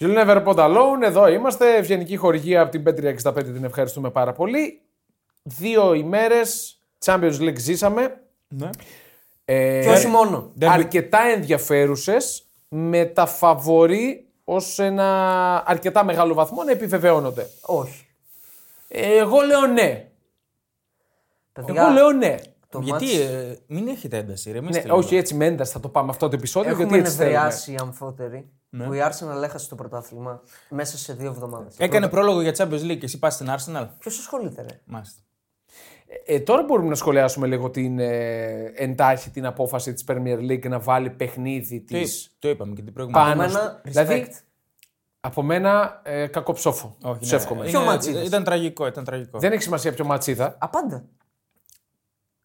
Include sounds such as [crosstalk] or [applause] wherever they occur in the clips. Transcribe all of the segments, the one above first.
You never put alone. Εδώ είμαστε. Ευγενική χορηγία από την Πέτρια 65. Την ευχαριστούμε πάρα πολύ. Δύο ημέρες Champions League ζήσαμε. Ναι. Ε, Και όχι μόνο. Derby. αρκετά ενδιαφέρουσες με τα φαβορή ως ένα αρκετά μεγάλο βαθμό να επιβεβαιώνονται. Όχι. Ε, εγώ λέω ναι. Παιδιά, Εγώ λέω ναι. το Γιατί μάτς ε, μην έχετε ένταση, ρε. ναι όχι έτσι με ένταση θα το πάμε αυτό το επεισόδιο. έχουμε γιατί έτσι θέλουμε. Ναι. νευριάσει οι αμφότεροι που η Arsenal έχασε το πρωτάθλημα μέσα σε δύο εβδομάδες. Ε, Έκανε πρόλογο για Champions League και εσύ πας στην Arsenal. Ποιος ασχολείται, Ναι, ρε. Μάλιστα. Ε, τώρα μπορούμε να σχολιάσουμε λίγο την ε, εντάχει την απόφαση της Premier League να βάλει παιχνίδι Το, της είπ- το είπαμε και την προηγούμενη. πάνω. Εμένα, στο- respect. Δηλαδή, από μένα ε, κακοψόφο. Όχι, Σου ναι. εύχομαι. Είναι- Ποιο μάτς είδες? Ήταν τραγικό, ήταν τραγικό. Δεν έχει σημασία ποιο μάτς είδα. Απάντα.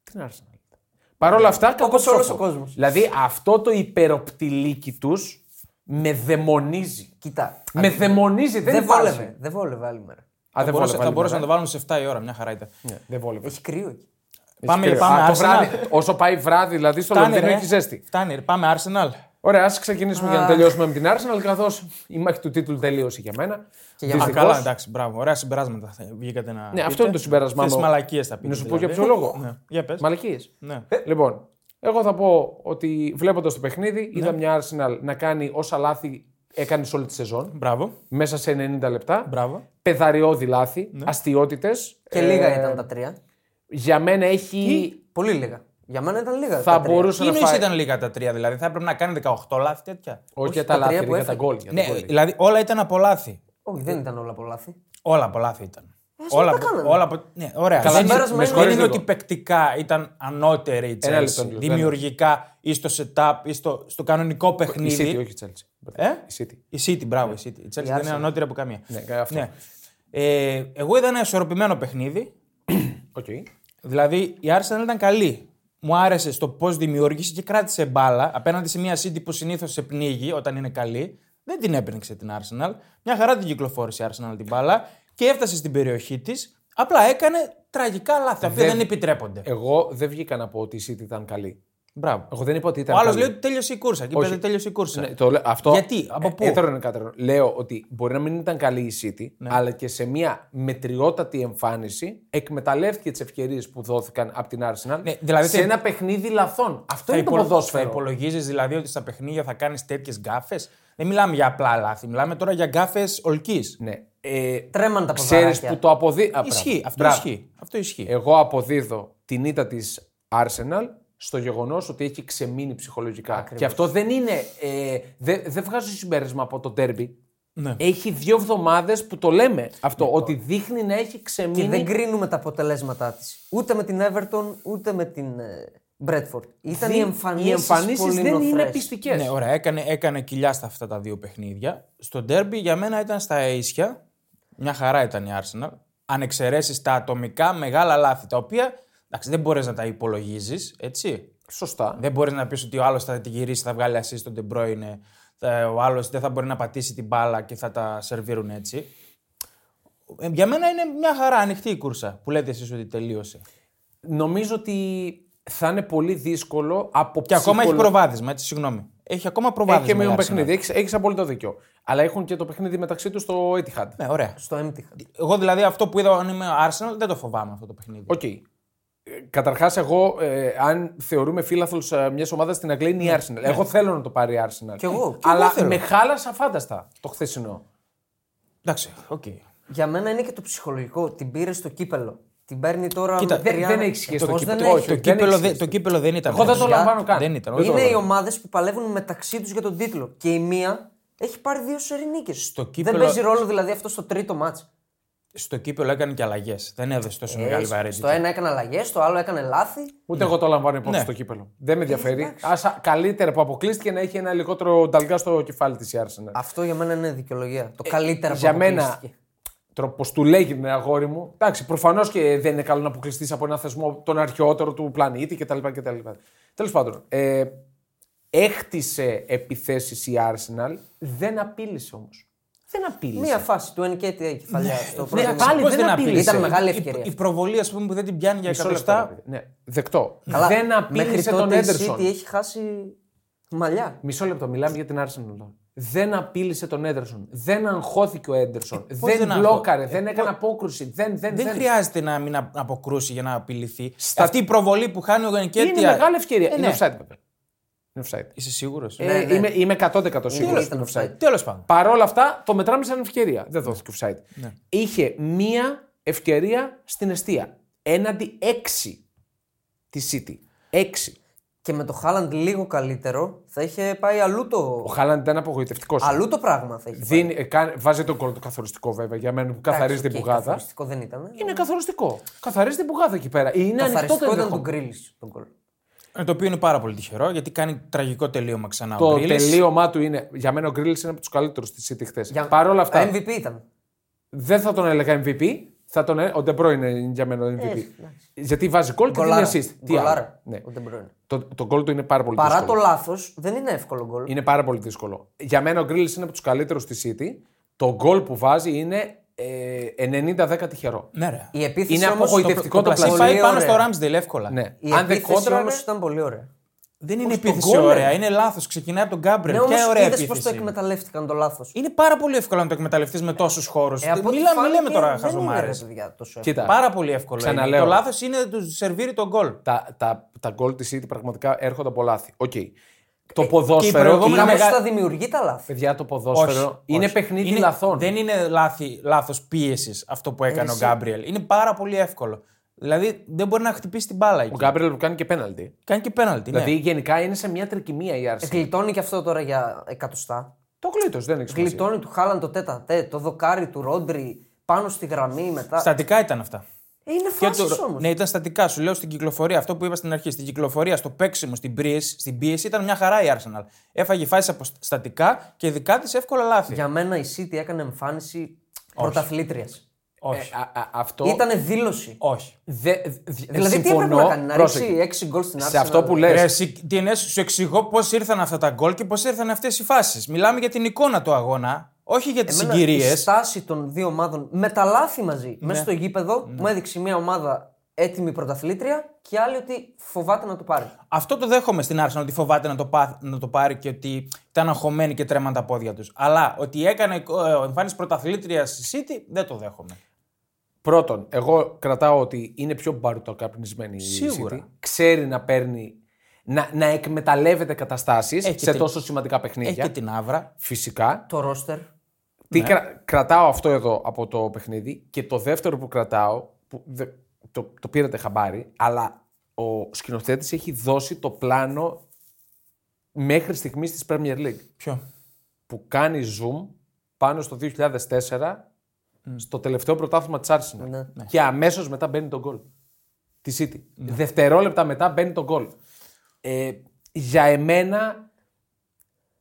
Την Arsenal. Παρ' όλα αυτά, κακοψόφο. όλος ο κόσμος. Δηλαδή, αυτό το υπεροπτηλίκι τους με δαιμονίζει. Κοιτά. Με δαιμονίζει, Ναι, δεν, Δεν υπάρχει. βόλευε. Δεν βόλευε άλλη μέρα. Α, θα δεν μπορούσε, βόλευε. θα άλλη μπορούσαν μέρα. να το βάλουν σε 7 η ώρα, μια χαρά ήταν. Ναι, δεν βόλευε. Έχει κρύο εκεί. Πάμε, Κρύο. πάμε Α, το Arsenal. βράδυ, όσο πάει βράδυ, δηλαδή στο Λονδίνο ρε. έχει ζέστη. Φτάνει, ρε. Πάμε Arsenal. Ωραία, ας ξεκινήσουμε για να τελειώσουμε με την Arsenal, καθώς η μάχη του τίτλου τελείωσε για μένα. Και για μένα. Α, Δυστυχώς. καλά, εντάξει, μπράβο. Ωραία συμπεράσματα θα βγήκατε να. Ναι, αυτό είναι το συμπέρασμά Τι μου. μαλακίες θα πείτε. Να σου πω για δηλαδή. ποιο λόγο. Ναι. Για πες. Μαλακίες. Ναι. Λοιπόν, εγώ θα πω ότι βλέποντας το παιχνίδι, Ναι. είδα μια Arsenal να κάνει όσα λάθη έκανε σε όλη τη σεζόν. Μπράβο. Μέσα σε 90 λεπτά. Μπράβο. Πεδαριώδη λάθη, ναι. αστείωτε. Και λίγα ήταν τα τρία. Για μένα έχει. Πολύ λίγα. Για μένα ήταν λίγα. Θα τα τρία. μπορούσε Τι να εννοείς φάει. ήταν λίγα τα τρία, δηλαδή. Θα έπρεπε να κάνει 18 λάθη τέτοια. Όχι για τα τα λάθη, τρία ρε, που για τα έφαγε. γκολ. για τα Ναι, γκολ. δηλαδή όλα ήταν από λάθη. Όχι, δεν ήταν όλα από λάθη. Όλα από λάθη ήταν. όλα, τα απο- κάνανε. όλα από- Ναι, ωραία. Καλά, δεν, είναι- συμπέρασμα δεν είναι- είναι λίγο. ότι παικτικά ήταν ανώτερη η Ένα λεπτό, Chelsea. Νίλος, Δημιουργικά ή στο setup ή στο, στο κανονικό Η παιχνίδι. City, όχι η Chelsea. Ε? Η City. Η City, μπράβο, η City. Η Chelsea δεν είναι ανώτερη από καμία. Ναι, αυτό. Ε, εγώ είδα ένα ισορροπημένο παιχνίδι. Ε. Οκ. Δηλαδή η Arsenal ήταν καλή. Μου άρεσε στο πώς δημιούργησε και κράτησε μπάλα απέναντι σε μια City που συνήθως σε πνίγει όταν είναι καλή. Δεν την έπαιρνε την Arsenal. Μια χαρά την κυκλοφόρησε η Arsenal την μπάλα και έφτασε στην περιοχή της. Απλά έκανε τραγικά λάθη. Αυτά δεν επιτρέπονται. Εγώ δεν βγήκα να πω ότι η City ήταν καλή. Μπράβο. Εγώ δεν είπα ότι ήταν Ο άλλος καλή. λέει ότι τέλειωσε η κούρσα. Εκεί πέρα τέλειωσε η κούρσα. Ναι, το λέω- αυτό... Γιατί, από πού? Ε, τώρα είναι κάτερο. Λέω ότι μπορεί να μην ήταν καλή η City, Ναι. αλλά και σε μια μετριότατη εμφάνιση εκμεταλλεύτηκε τις ευκαιρίες που δόθηκαν από την Arsenal Ναι, δηλαδή σε θα- ένα παιχνίδι λαθών. Αυτό Θα είναι το υπολο- ποδόσφαιρο. Θα υπολογίζεις δηλαδή ότι στα παιχνίδια θα κάνεις τέτοιες γκάφες. Δεν μιλάμε για απλά λάθη. Μιλάμε τώρα για γκάφες ολική. Ναι. Ε, Τρέμαν τα Ξέρεις που ποδαράκια. το αποδίδει. Ισχύει. Αυτό ισχύει. Αυτό ισχύει. Ε, Εγώ αποδίδω την ήττα της Arsenal στο γεγονός ότι έχει ξεμείνει ψυχολογικά. Και αυτό δεν είναι. Ε, δεν δεν βγάζω συμπέρασμα από το τέρμπι. Ναι. Λοιπόν. Έχει δύο εβδομάδες που το λέμε αυτό. Ότι δείχνει να έχει ξεμείνει. Και δεν κρίνουμε τα αποτελέσματά της. Ούτε με την Everton, ούτε με την ε, Bradford. Ήταν οι Οι εμφανίσεις εμφανίσεις δεν είναι πιστικέ. Ναι, ωραία, έκανε, έκανε κοιλιά στα αυτά τα δύο παιχνίδια. Στο ντέρμπι για μένα ήταν στα αίσια. Μια χαρά ήταν η Arsenal. Αν εξαιρέσεις τα ατομικά μεγάλα λάθη, τα οποία εντάξει, δεν μπορείς να τα υπολογίζεις, έτσι. Σωστά. Δεν μπορείς να πεις ότι ο άλλος θα τη γυρίσει, θα βγάλει assist τον De Bruyne, θα- ο άλλος δεν θα μπορεί να πατήσει την μπάλα και θα τα σερβίρουν έτσι. Ε, Για μένα είναι μια χαρά ανοιχτή η κούρσα που λέτε εσείς ότι τελείωσε. Νομίζω ότι θα είναι πολύ δύσκολο από Και ακόμα έχει ψυχολο- προβάδισμα, έτσι, συγγνώμη. Έχει ακόμα προβάδισμα. Έχει και η μείον Arsenal. παιχνίδι. Έχεις, έχεις απόλυτο δίκιο. Αλλά έχουν και το παιχνίδι μεταξύ τους στο Etihad. Ναι, ωραία. Στο έμτυχα. Εγώ δηλαδή αυτό που είδα αν είμαι Arsenal δεν το φοβάμαι αυτό το παιχνίδι. Οκ. Καταρχάς, εγώ, ε, αν θεωρούμε φίλαθλο ε, μιας ομάδας στην Αγγλία, είναι η Arsenal. Εγώ θέλω να το πάρει η Arsenal. Κι Ναι. εγώ, κι αλλά εγώ θέλω. με χάλασε αφάνταστα το χθεσινό. Εντάξει, οκ. Για μένα είναι και το ψυχολογικό. Την πήρε στο κύπελο. Την παίρνει τώρα. Κοίτα, με δεν- τρία- δεν έχεις σχέση Πώς το κύπελο. δεν Όχι, έχεις. Το, δεν κύπελο, έχεις δεν- σχέση. το κύπελο δεν ήταν. Εγώ δεν το παιχνίδι. λαμβάνω καν. Δεν ήταν. Δεν όχι. Είναι το- οι ομάδες που παλεύουν μεταξύ τους για τον τίτλο. Και η μία έχει πάρει δύο σερινίκε. κύπελλο- Δεν παίζει ρόλο δηλαδή αυτό στο τρίτο μάτς. Στο κύπελο έκανε και αλλαγές. Δεν έδωσε τόσο μεγάλη Ε, βαρύτητα. στο ένα έκανε αλλαγές, στο άλλο έκανε λάθη. Ούτε εγώ το λαμβάνω υπόψη Ναι. στο κύπελο. Δεν Ε, με ενδιαφέρει. Άσα, καλύτερα που αποκλείστηκε να έχει ένα λιγότερο νταλγά στο κεφάλι της η Arsenal. Αυτό για μένα είναι δικαιολογία. Το καλύτερο που Ε, για μένα, αποκλείστηκε. τρόπος του λέγει αγόρι μου. Εντάξει, προφανώς και δεν είναι καλό να αποκλειστείς από ένα θεσμό τον αρχαιότερο του πλανήτη κτλ. Τέλος πάντων, ε, έχτισε επιθέσεις η Arsenal, δεν απείλησε όμως. Δεν απείλησε. Μία φάση του NKTA κεφαλιά στο πρώτο. ναι, μήνα. πάλι Πώς δεν απείλησε. Ήταν μεγάλη Η- ευκαιρία. Η, η προβολή, ας πούμε, που δεν την πιάνει για Μισό λεπτό, εκατοστά. ρε παιδί. Ναι, δεκτό. Καλά, δεν μέχρι απείλησε τότε τον η Έντερσον. City έχει χάσει μαλλιά. Μισό λεπτό, μιλάμε για την Arsenal. τώρα. δεν απείλησε τον Έντερσον. Δεν αγχώθηκε ο Έντερσον. Ε, πώς δεν δεν ε, μπλόκαρε, δεν έκανε απόκρουση. Δεν, δεν, Δεν δεν. χρειάζεται να μην α- αποκρούσει για να απειληθεί. Αυτή η προβολή που χάνει ο Γενικέτια. Είναι μεγάλη ευκαιρία. Ε, Είναι ναι. offside, βέβαια. Είναι offside. Είσαι σίγουρος. Ε, ναι. Είμαι, είμαι 100% σίγουρο Τέλος ότι είναι ήταν offside. offside. Τέλος πάντων. Παρ' όλα αυτά, το μετράμε σαν ευκαιρία. Δεν δόθηκε offside. Είχε μία ευκαιρία στην αιστεία. Έναντι έξι της City. Έξι. Και με το Χάλαντ λίγο καλύτερο θα είχε πάει αλλού το, Ο Χάλαντ ήταν απογοητευτικός. αλλού το πράγμα. Θα είχε πάει. Δίνει, ε, κα- βάζει τον κόλ το καθοριστικό βέβαια για μένα που καθαρίζει την Εντάξει, οκ, πουγάδα. Καθοριστικό δεν ήταν. Είναι καθοριστικό. Καθαρίζει την πουγάδα εκεί πέρα. Είναι ανοιχτό το Καθαριστικό ήταν ενδεχόμενο. τον Γκρίλις. Τον γκολ. Ε, Το οποίο είναι πάρα πολύ τυχερό γιατί κάνει τραγικό τελείωμα ξανά. Το ο Γκρίλης. τελείωμά του είναι. Για μένα ο Γκρίλ είναι από τους καλύτερους της City χθες. Παρ' όλα αυτά, MVP ήταν. δεν θα τον έλεγα MVP. Θα τον... ε- Ο De Bruyne είναι για μένα ο MVP. Γιατί βάζει κόλ και δίνει Γκολάρα. assist. Τι άλλο. Γκολάρα. Ναι. Ο De Bruyne. Το, το γκολ του είναι πάρα πολύ Παρά δύσκολο. το λάθος, δεν είναι εύκολο γκολ. Είναι πάρα πολύ δύσκολο. Για μένα ο Γκρίλ είναι από τους καλύτερους τη City. Το γκολ που βάζει είναι ε, 90-10 τυχερό. Ναι, ρε. Η επίθεση Είναι όμως- απογοητευτικό το το- το πλασέ. Πλασί πολύ πάει πάνω ωραία. στο Ramsdale εύκολα. Ναι. Η Αν δεν επίθεση κόντρα. όμως ήταν πολύ ωραία. Δεν είναι Πώς το επίθεση γκολ, ωραία, ρε. είναι λάθος. Ξεκινάει από τον Γκάμπρελ. Ναι, όμως Ποια ωραία είδες πώ επίθεση. το είναι. εκμεταλλεύτηκαν το λάθος. Είναι πάρα πολύ εύκολο να το εκμεταλλευτείς Ε, με τόσου χώρου. Μιλάμε, λέμε τώρα χαζομάρε. Κοίτα, Πάρα πολύ εύκολο. είναι. Ξαναλέω. Το λάθος είναι τους σερβίρει τον γκολ. τα, τα, τα γκολ της City πραγματικά έρχονται από λάθη. Οκ. Το Ε, και η ποδόσφαιρο. προηγούμενη είναι Κάπω μεγα- θα δημιουργεί τα λάθη. Παιδιά, το ποδόσφαιρο είναι όχι. παιχνίδι Είναι- λαθών. Δεν είναι λάθος πίεσης αυτό που έκανε ο Γκάμπριελ. Είναι πάρα πολύ εύκολο. Δηλαδή δεν μπορεί να χτυπήσει την μπάλα εκεί. Ο Γκάμπριλ που κάνει και πέναλτι. Κάνει και πέναλτι. ναι. Δηλαδή γενικά είναι σε μια τρικυμία η Arsenal. Γλιτώνει Ε, και αυτό τώρα για εκατοστά. Το γλίτω, δεν έχει σημασία. Γλιτώνει του Χάλαν το τέτα τέ, το δοκάρι του Ρόντρι πάνω στη γραμμή μετά. Στατικά ήταν αυτά. Ε, Είναι Και το- φάσεις όμως. Ναι, ήταν στατικά. Σου λέω στην κυκλοφορία. Αυτό που είπα στην αρχή. Στην κυκλοφορία, στο παίξιμο, στην πίεση, στην πίεση ήταν μια χαρά η Arsenal. Έφαγε φάσεις από στατικά και δικά της εύκολα λάθη. Για μένα η City έκανε εμφάνιση πρωταθλήτρια. ε. Όχι. Ε, Α, α, αυτό. Ήτανε δήλωση. Όχι. Δε, δε- Δηλαδή τι συμφωνώ, έπρεπε να κάνει, να πρόσεχε. ρίξει 6 γκολ στην Arsenal. σε αυτό που λες. Ρε, εσύ, τι είναι, σου εξηγώ πώς ήρθαν αυτά τα γκολ και πώς ήρθαν αυτές οι φάσεις. Μιλάμε για την εικόνα του αγώνα, όχι για τις Εμένα συγκυρίε. Η στάση των δύο ομάδων με τα λάθη μαζί Ναι. μέσα στο γήπεδο μου έδειξε μια ομάδα έτοιμη πρωταθλήτρια και άλλη ότι φοβάται να το πάρει. Αυτό το δέχομαι στην Arsenal ότι φοβάται να το, πάθ- να το πάρει και ότι ήταν αγχωμένοι και τρέμαν τα πόδια τους. Αλλά ότι έκανε ε, εμφάνιση πρωταθλήτριας στη City δεν το δέχομαι. Πρώτον, εγώ κρατάω ότι είναι πιο μπαρουτοκαπνισμένη η Σίγουρα. City. Ξέρει να παίρνει. Να, να εκμεταλλεύεται καταστάσεις σε Έχει την- τόσο σημαντικά παιχνίδια. Έχει και την άβρα. Φυσικά. Το ρόστερ. Τι κρα- κρατάω αυτό εδώ από το παιχνίδι και το δεύτερο που κρατάω, που δε- το, το πήρατε χαμπάρι, αλλά ο σκηνοθέτης έχει δώσει το πλάνο μέχρι στιγμής της Premier League Ποιο. που κάνει zoom πάνω στο 2004 στο τελευταίο πρωτάθλημα της Arsenal Ναι. και αμέσως μετά μπαίνει το γκολ της City. Ναι. Δευτερόλεπτα μετά μπαίνει το γκολ. Ε, για εμένα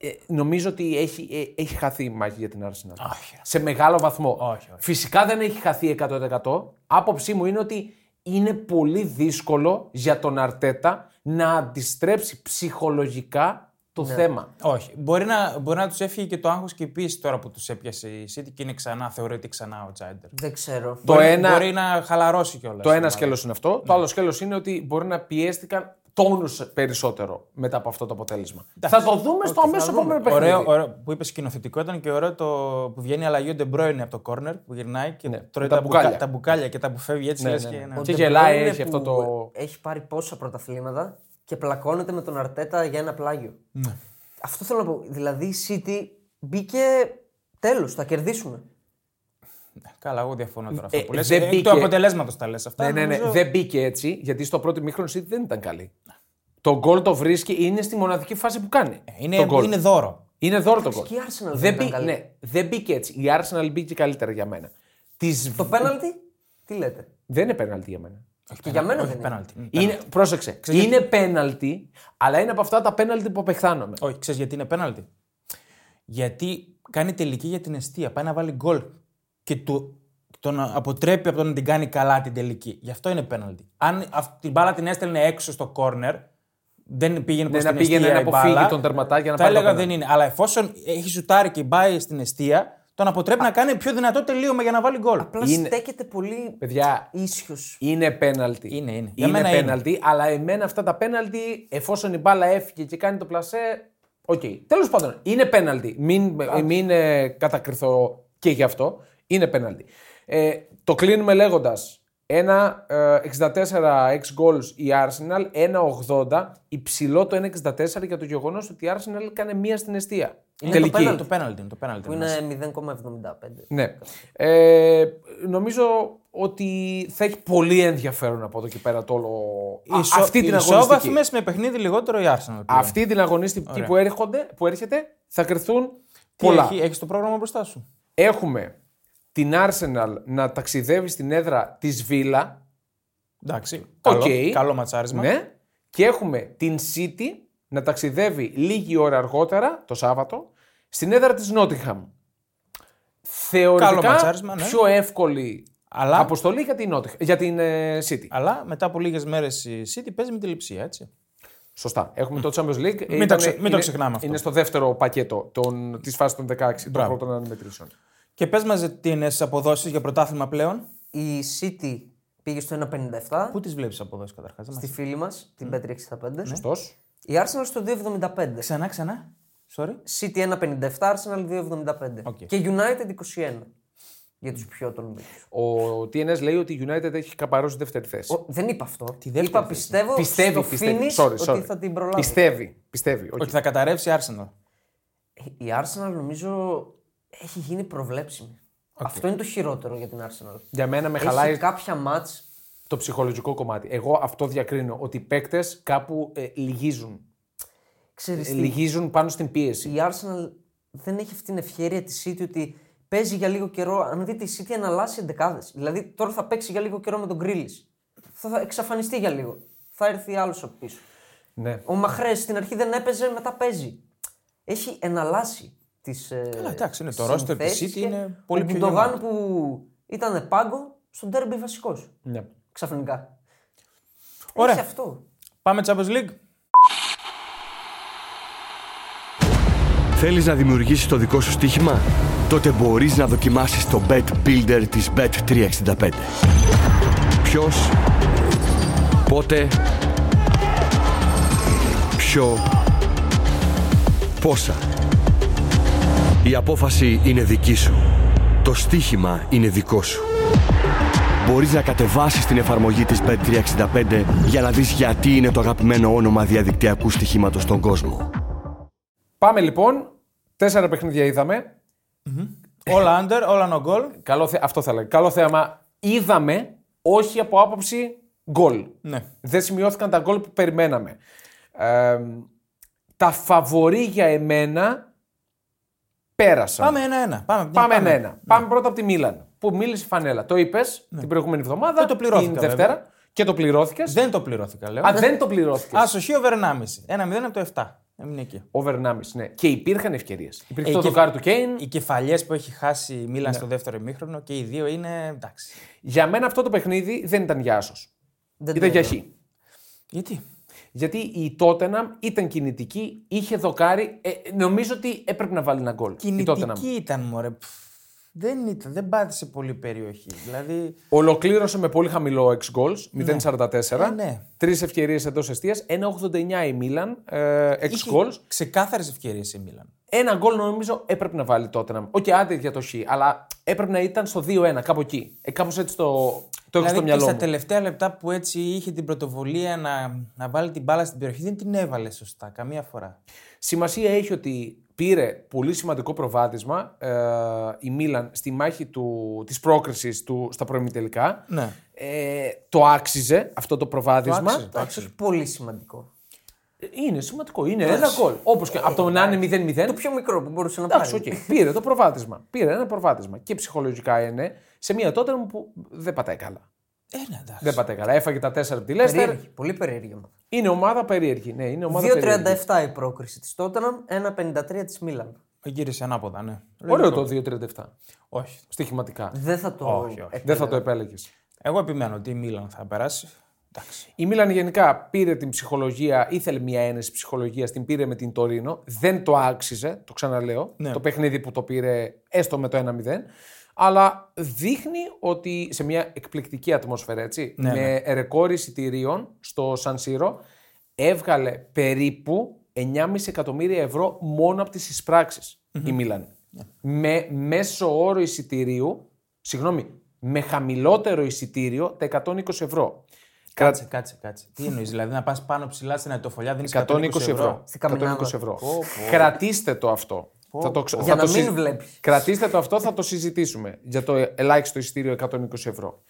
ε, νομίζω ότι έχει, ε, έχει χαθεί η μάχη για την Arsenal. Όχι. Σε μεγάλο βαθμό. Όχι, όχι. Φυσικά δεν έχει χαθεί 100%. Άποψή μου είναι ότι είναι πολύ δύσκολο για τον Αρτέτα να αντιστρέψει ψυχολογικά το Ναι. θέμα. Όχι. Μπορεί να, μπορεί να τους έφυγε και το άγχος και η πίεση τώρα που τους έπιασε η City και είναι ξανά, θεωρείται ξανά ο Τσάιντερ. Δεν ξέρω. Το μπορεί, ένα- μπορεί να χαλαρώσει κιόλας. Το ένα σκέλος είναι αυτό. Το άλλο σκέλος είναι ότι μπορεί να πιέστηκαν τόνους περισσότερο μετά από αυτό το αποτέλεσμα. Θα το δούμε στο αμέσω επόμενο παιχνίδι. Ωραίο, ωραίο, που είπες σκηνοθετικό ήταν και ωραίο το που βγαίνει η αλλαγή ο Ντεμπρόινε από το κόρνερ που γυρνάει και τρώει Ναι. τα τα, μπουκάλια. μπουκάλια. τα μπουκάλια και τα που φεύγει έτσι. λες και, ναι. Και Ο De γελάει, Bruyne έχει αυτό που το- Έχει πάρει πόσα πρωταθλήματα και πλακώνεται με τον Αρτέτα για ένα πλάγιο. Ναι. Αυτό θέλω να πω. Δηλαδή η City μπήκε τέλος, θα κερδίσουμε. Καλά, εγώ διαφωνώ τώρα. Ε, αυτό που λες. δεν Εκ μπήκε. του αποτελέσματος τα λες αυτά. Ναι, ναι, ναι. νομίζω. Δεν μπήκε έτσι, γιατί στο πρώτο μήχρονο City δεν ήταν καλή. Το γκολ το βρίσκει, είναι στη μοναδική φάση που κάνει. Ε, Είναι, το γκολ. είναι δώρο. Είναι δώρο το γκολ. και η Arsenal δεν δεν, ήταν μπή- καλή. ναι, δεν μπήκε έτσι. Η Arsenal μπήκε καλύτερα για μένα. Τις... Το πέναλτι, τι λέτε. Δεν είναι πέναλτι για μένα. Και για μένα Όχι, δεν είναι. πέναλτι. Είναι, πρόσεξε. Είναι πέναλτι, αλλά είναι από αυτά τα πέναλτι που απεχθάνομαι. Όχι, ξέρεις γιατί είναι πέναλτι. Γιατί κάνει τελική για την αιστεία. Πάει να βάλει γκολ και του, τον αποτρέπει από το να την κάνει καλά την τελική. Γι' αυτό είναι πέναλτι. Αν αυ- την μπάλα την έστελνε έξω στο κόρνερ, δεν πήγαινε προς Ναι, να την πήγαινε αιστεία να η μπάλα, αποφύγει τον τερματά για να Θα πάρει το έλεγα πέναλτι. δεν είναι. Αλλά εφόσον έχει σουτάρει και πάει στην αιστεία, τον αποτρέπει να κάνει πιο δυνατό τελείωμα για να βάλει γκολ. Απλά Είναι- στέκεται πολύ Παιδιά, ίσιος. είναι πέναλτι. Είναι, είναι. Για Είναι μένα είναι. πέναλτι, αλλά εμένα αυτά τα πέναλτι, εφόσον η μπάλα έφυγε και κάνει το πλασέ, Οκ. Τέλος πάντων, είναι πέναλτι. Μην, μην ε, κατακριθώ και γι' αυτό. Είναι πέναλτι. Ε, το κλείνουμε λέγοντας. Ένα ε, 64 6 goals η Arsenal, ένα 80. Υψηλό το 1,64 για το γεγονός ότι η Arsenal έκανε μία στην αιστεία. Είναι Τελική. το πέναλτι, το πέναλτι. είναι, Το πέναλτι Που είναι. είναι 0,75. Ναι. Ε, νομίζω ότι θα έχει πολύ ενδιαφέρον από εδώ και πέρα το όλο. Α, Ισο- αυτή την αγωνιστική. Ισόβαθμες Ναι. με παιχνίδι λιγότερο η Arsenal. πλέον. Αυτή την αγωνιστική που, έρχονται, που έρχεται θα κρυθούν Τι πολλά. Έχει, έχεις το πρόγραμμα μπροστά σου. Έχουμε την Arsenal να ταξιδεύει στην έδρα της Βίλα. Εντάξει. Οκ. Καλό, καλό ματσάρισμα. Ναι. Και έχουμε την City να ταξιδεύει λίγη ώρα αργότερα, το Σάββατο, στην έδρα της Nottingham. Καλό Θεωρητικά ματσάρισμα, ναι. πιο εύκολη Αλλά- αποστολή για την, Nottingham- για την ε, City. Αλλά μετά από λίγες μέρες η City παίζει με τη λειψία, έτσι. Σωστά. Έχουμε το Champions League. Μην, το ξε- μην το ξεχνάμε αυτό. Είναι στο δεύτερο πακέτο των, της φάσης των 16 των Μπράβο. πρώτων αναμετρήσεων. Και πες μας τι αποδόσεις για πρωτάθλημα πλέον. Ναι. Η City πήγε στο 1,57. Πού τις βλέπεις αποδόσεις καταρχάς. Στη φίλη μας, Ναι. την Πέτρη 65. Σωστός. Η Arsenal στο 2,75. Ξανά, ξανά. Sorry. City 1,57, Arsenal 2,75. Οκ. Και United 21. Για τους πιο τον μήκους. Ο TNS λέει ότι η United έχει καπαρώσει δεύτερη θέση. Ο- Δεν είπα αυτό. δεύτερη είπα θέση. πιστεύω Πιστεύει, στο πιστεύει. finish Sorry, sorry. ότι θα την προλάβει. Πιστεύει, πιστεύει. όχι. Ότι θα καταρρεύσει η Arsenal. Η Arsenal νομίζω έχει γίνει προβλέψιμη. Αυτό είναι το χειρότερο για την Arsenal. Για μένα με Έχει χαλάει κάποια μάτς το ψυχολογικό κομμάτι. Εγώ αυτό διακρίνω, ότι οι παίκτες κάπου ε, λυγίζουν. Ξέρεις Ε, τι, λυγίζουν πάνω στην πίεση. η Arsenal δεν έχει αυτή την ευχαίρεια της City ότι παίζει για λίγο καιρό. Αν δείτε, η City αναλάσει εντεκάδες. Δηλαδή τώρα θα παίξει για λίγο καιρό με τον Γκρίλι. Θα, θα εξαφανιστεί για λίγο. Θα έρθει άλλος από πίσω. Ναι. Ο Μαχρέ στην αρχή δεν έπαιζε, μετά παίζει. Έχει εναλλάσει τι. Καλά, εντάξει, είναι το roster της City είναι πολύ ο πιο Γκουντογάν γεμάτο. που ήταν πάγκο, στον τέρμπι βασικός. ναι. Ξαφνικά. Ωραία. Έχει αυτό. Πάμε Champions League. Θέλεις να δημιουργήσεις το δικό σου στοίχημα? Τότε μπορείς να δοκιμάσεις το Bet Builder της Bet365. Ποιος, πότε, ποιο, πόσα. Η απόφαση είναι δική σου. Το στοίχημα είναι δικό σου. Μπορείς να κατεβάσεις την εφαρμογή της Bet365 για να δεις γιατί είναι το αγαπημένο όνομα διαδικτυακού στοιχήματος στον κόσμο. Πάμε λοιπόν. Τέσσερα παιχνίδια είδαμε. Όλα under, όλα no goal. Καλό θε... Αυτό θα λέγαμε. Καλό θέαμα. Είδαμε, όχι από άποψη γκολ. Ναι. Δεν σημειώθηκαν τα γκολ που περιμέναμε. Ε, τα φαβορή για εμένα πέρασαν. Πάμε ένα-ένα. Πάμε, Ναι. Πάμε ένα-ένα. Πάμε πρώτα από τη Μίλαν. Που μίλησε η Φανέλα. Το είπες την προηγούμενη εβδομάδα. Και το πληρώθηκα, Την βέβαια. Δευτέρα. Και το πληρώθηκες. Δεν το πληρώθηκα, λέω. Α, δεν το πληρώθηκες. Ασοχή over 1,5. 1-0 από το 7. Έμεινε εκεί. Over 1,5. Ναι. Και υπήρχαν ευκαιρίες. Υπήρχε Ε, το και- δοκάρι του Κέιν. Οι κεφαλιές που έχει χάσει η Ναι. Μίλαν στο δεύτερο ημίχρονο και οι δύο είναι εντάξει. Για μένα αυτό το παιχνίδι δεν ήταν για άσος. Δεν το Ήταν για είδα. χ. Γιατί. Γιατί η Τότεναμ ήταν κινητική, είχε δοκάρι. Ε, νομίζω ότι έπρεπε να βάλει ένα γκολ. Η Tottenham. Κινητική ήταν, μωρέ. Πφ, Δεν ήταν, δεν πάτησε πολύ περιοχή. Δηλαδή, Ολοκλήρωσε με πολύ χαμηλό 6 goals, 0,44. Ναι. Ε, ναι. Τρεις ευκαιρίες εντός αιστείας, 1,89 η Μίλαν, ε, 6 είχε goals. ξεκάθαρες ευκαιρίες η Μίλαν. Ένα γκολ νομίζω έπρεπε να βάλει τότε. να- Οκ, άντε για το χ, αλλά έπρεπε να ήταν στο 2-1, κάπου εκεί. Ε, κάπως έτσι το, το έχω Δηλαδή, στο και μυαλό στα μου. τελευταία λεπτά που έτσι είχε την πρωτοβουλία να, να βάλει την μπάλα στην περιοχή, δεν την έβαλε σωστά καμία φορά. Σημασία έχει ότι πήρε πολύ σημαντικό προβάδισμα ε, η Μίλαν στη μάχη του, της πρόκρισης του στα πρώιμη τελικά. Ναι. Ε, το άξιζε αυτό το προβάδισμα. άξιζε. Εντάξει, όχι πολύ σημαντικό. Είναι σημαντικό. Είναι ένα γκολ. Όπως και από το να είναι 0-0. Το πιο μικρό που μπορούσε να Εντάξει, πάρει. οκ. Πήρε το προβάδισμα. Πήρε ένα προβάδισμα. Και ψυχολογικά είναι σε μια τότε που δεν πατάει καλά. Ένα εντάξει. Δεν πατάει καλά. Έφαγε τα 4 από τη Λέστερ. Περίεργη, πολύ περίεργη ομάδα. Είναι ομάδα περίεργη. Ναι, είναι ομάδα περίεργη. 2,37 η πρόκριση της Τότεναμ, 1,53 τη Μίλαν. Γύρισε ανάποδα, ναι. Ωραίο το 2,37. Όχι. Στοιχηματικά. Δεν θα το. Ε, Όχι, όχι. Δεν θα το επέλεγες. Εγώ επιμένω ότι η Μίλαν θα περάσει. Εντάξει. Η Μίλαν γενικά πήρε την ψυχολογία, ήθελε μια ένεση ψυχολογίας, την πήρε με την Τωρίνο. Δεν το άξιζε, το ξαναλέω. Ναι. Το παιχνίδι που το πήρε έστω με το 1-0. Αλλά δείχνει ότι σε μια εκπληκτική ατμόσφαιρα, έτσι, Ναι, με ναι. ρεκόρ εισιτηρίων στο Σαν Σίρο, έβγαλε περίπου 9,5 εκατομμύρια ευρώ μόνο από τις εισπράξεις η Μίλαν. Ναι. Με μέσο όρο εισιτηρίου, συγγνώμη, με χαμηλότερο εισιτήριο τα 120 ευρώ. Κάτσε, κάτσε, κάτσε. Τι εννοείς, δηλαδή να πας πάνω ψηλά στην αιτοφολιά, δίνει 120 ευρώ. Στην καμινάδα. 120 ευρώ. Κρατήστε το αυτό. Θα το, ξε- Για θα να το μην βλέπεις. Κρατήστε το αυτό, θα το συζητήσουμε. Για το ελάχιστο εισιτήριο 120 ευρώ.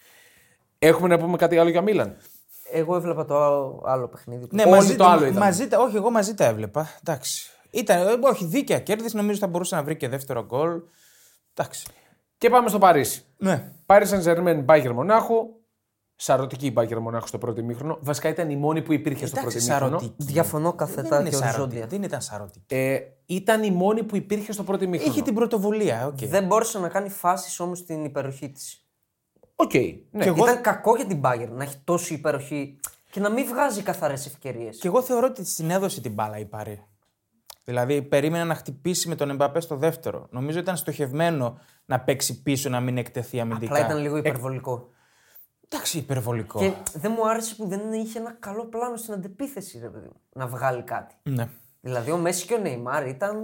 Έχουμε να πούμε κάτι άλλο για Μίλαν. Εγώ έβλεπα το άλλο- άλλο παιχνίδι. Ναι, Όλοι μαζί, το άλλο είδαμε. Μαζί, τα- όχι, εγώ μαζί τα έβλεπα. Εντάξει. Ήταν, ε, όχι, δίκαια κέρδισε. Νομίζω θα μπορούσε να βρει και δεύτερο γκολ. Εντάξει. Και πάμε στο Παρίσι. Ναι. Πάρη Saint Germain Bayern Μονάχου. Σαρωτική η Bayern Μονάχου στο πρώτο ημίχρονο. Βασικά ήταν η μόνη που υπήρχε στο πρώτο Εντάξει, ημίχρονο. σαρωτική. Διαφωνώ καθετά Δεν, είναι και σαρωτική. οριζόντια. Δεν ήταν σαρωτική. Ε, ήταν η μόνη που υπήρχε στο πρώτο ημίχρονο. Είχε την πρωτοβουλία, οκ. Δεν μπόρεσε να κάνει φάσεις όμως στην υπεροχή της. Οκ, ναι. Και εγώ- Ήταν κακό για την Bayern να έχει τόση υπεροχή και να μην βγάζει καθαρές ευκαιρίες. Και εγώ θεωρώ ότι την έδωσε την μπάλα η Παρή. Δηλαδή, περίμενε να χτυπήσει με τον Εμπαπέ στο δεύτερο. Νομίζω ήταν στοχευμένο να παίξει πίσω, να μην εκτεθεί αμυντικά. Απλά ήταν λίγο υπερβολικό. Εντάξει, υπερβολικό. Και δεν μου άρεσε που δεν είχε ένα καλό πλάνο στην αντεπίθεση, ρε παιδί μου, να βγάλει κάτι. Ναι. Δηλαδή, ο Μέση και ο Νεϊμάρ ήταν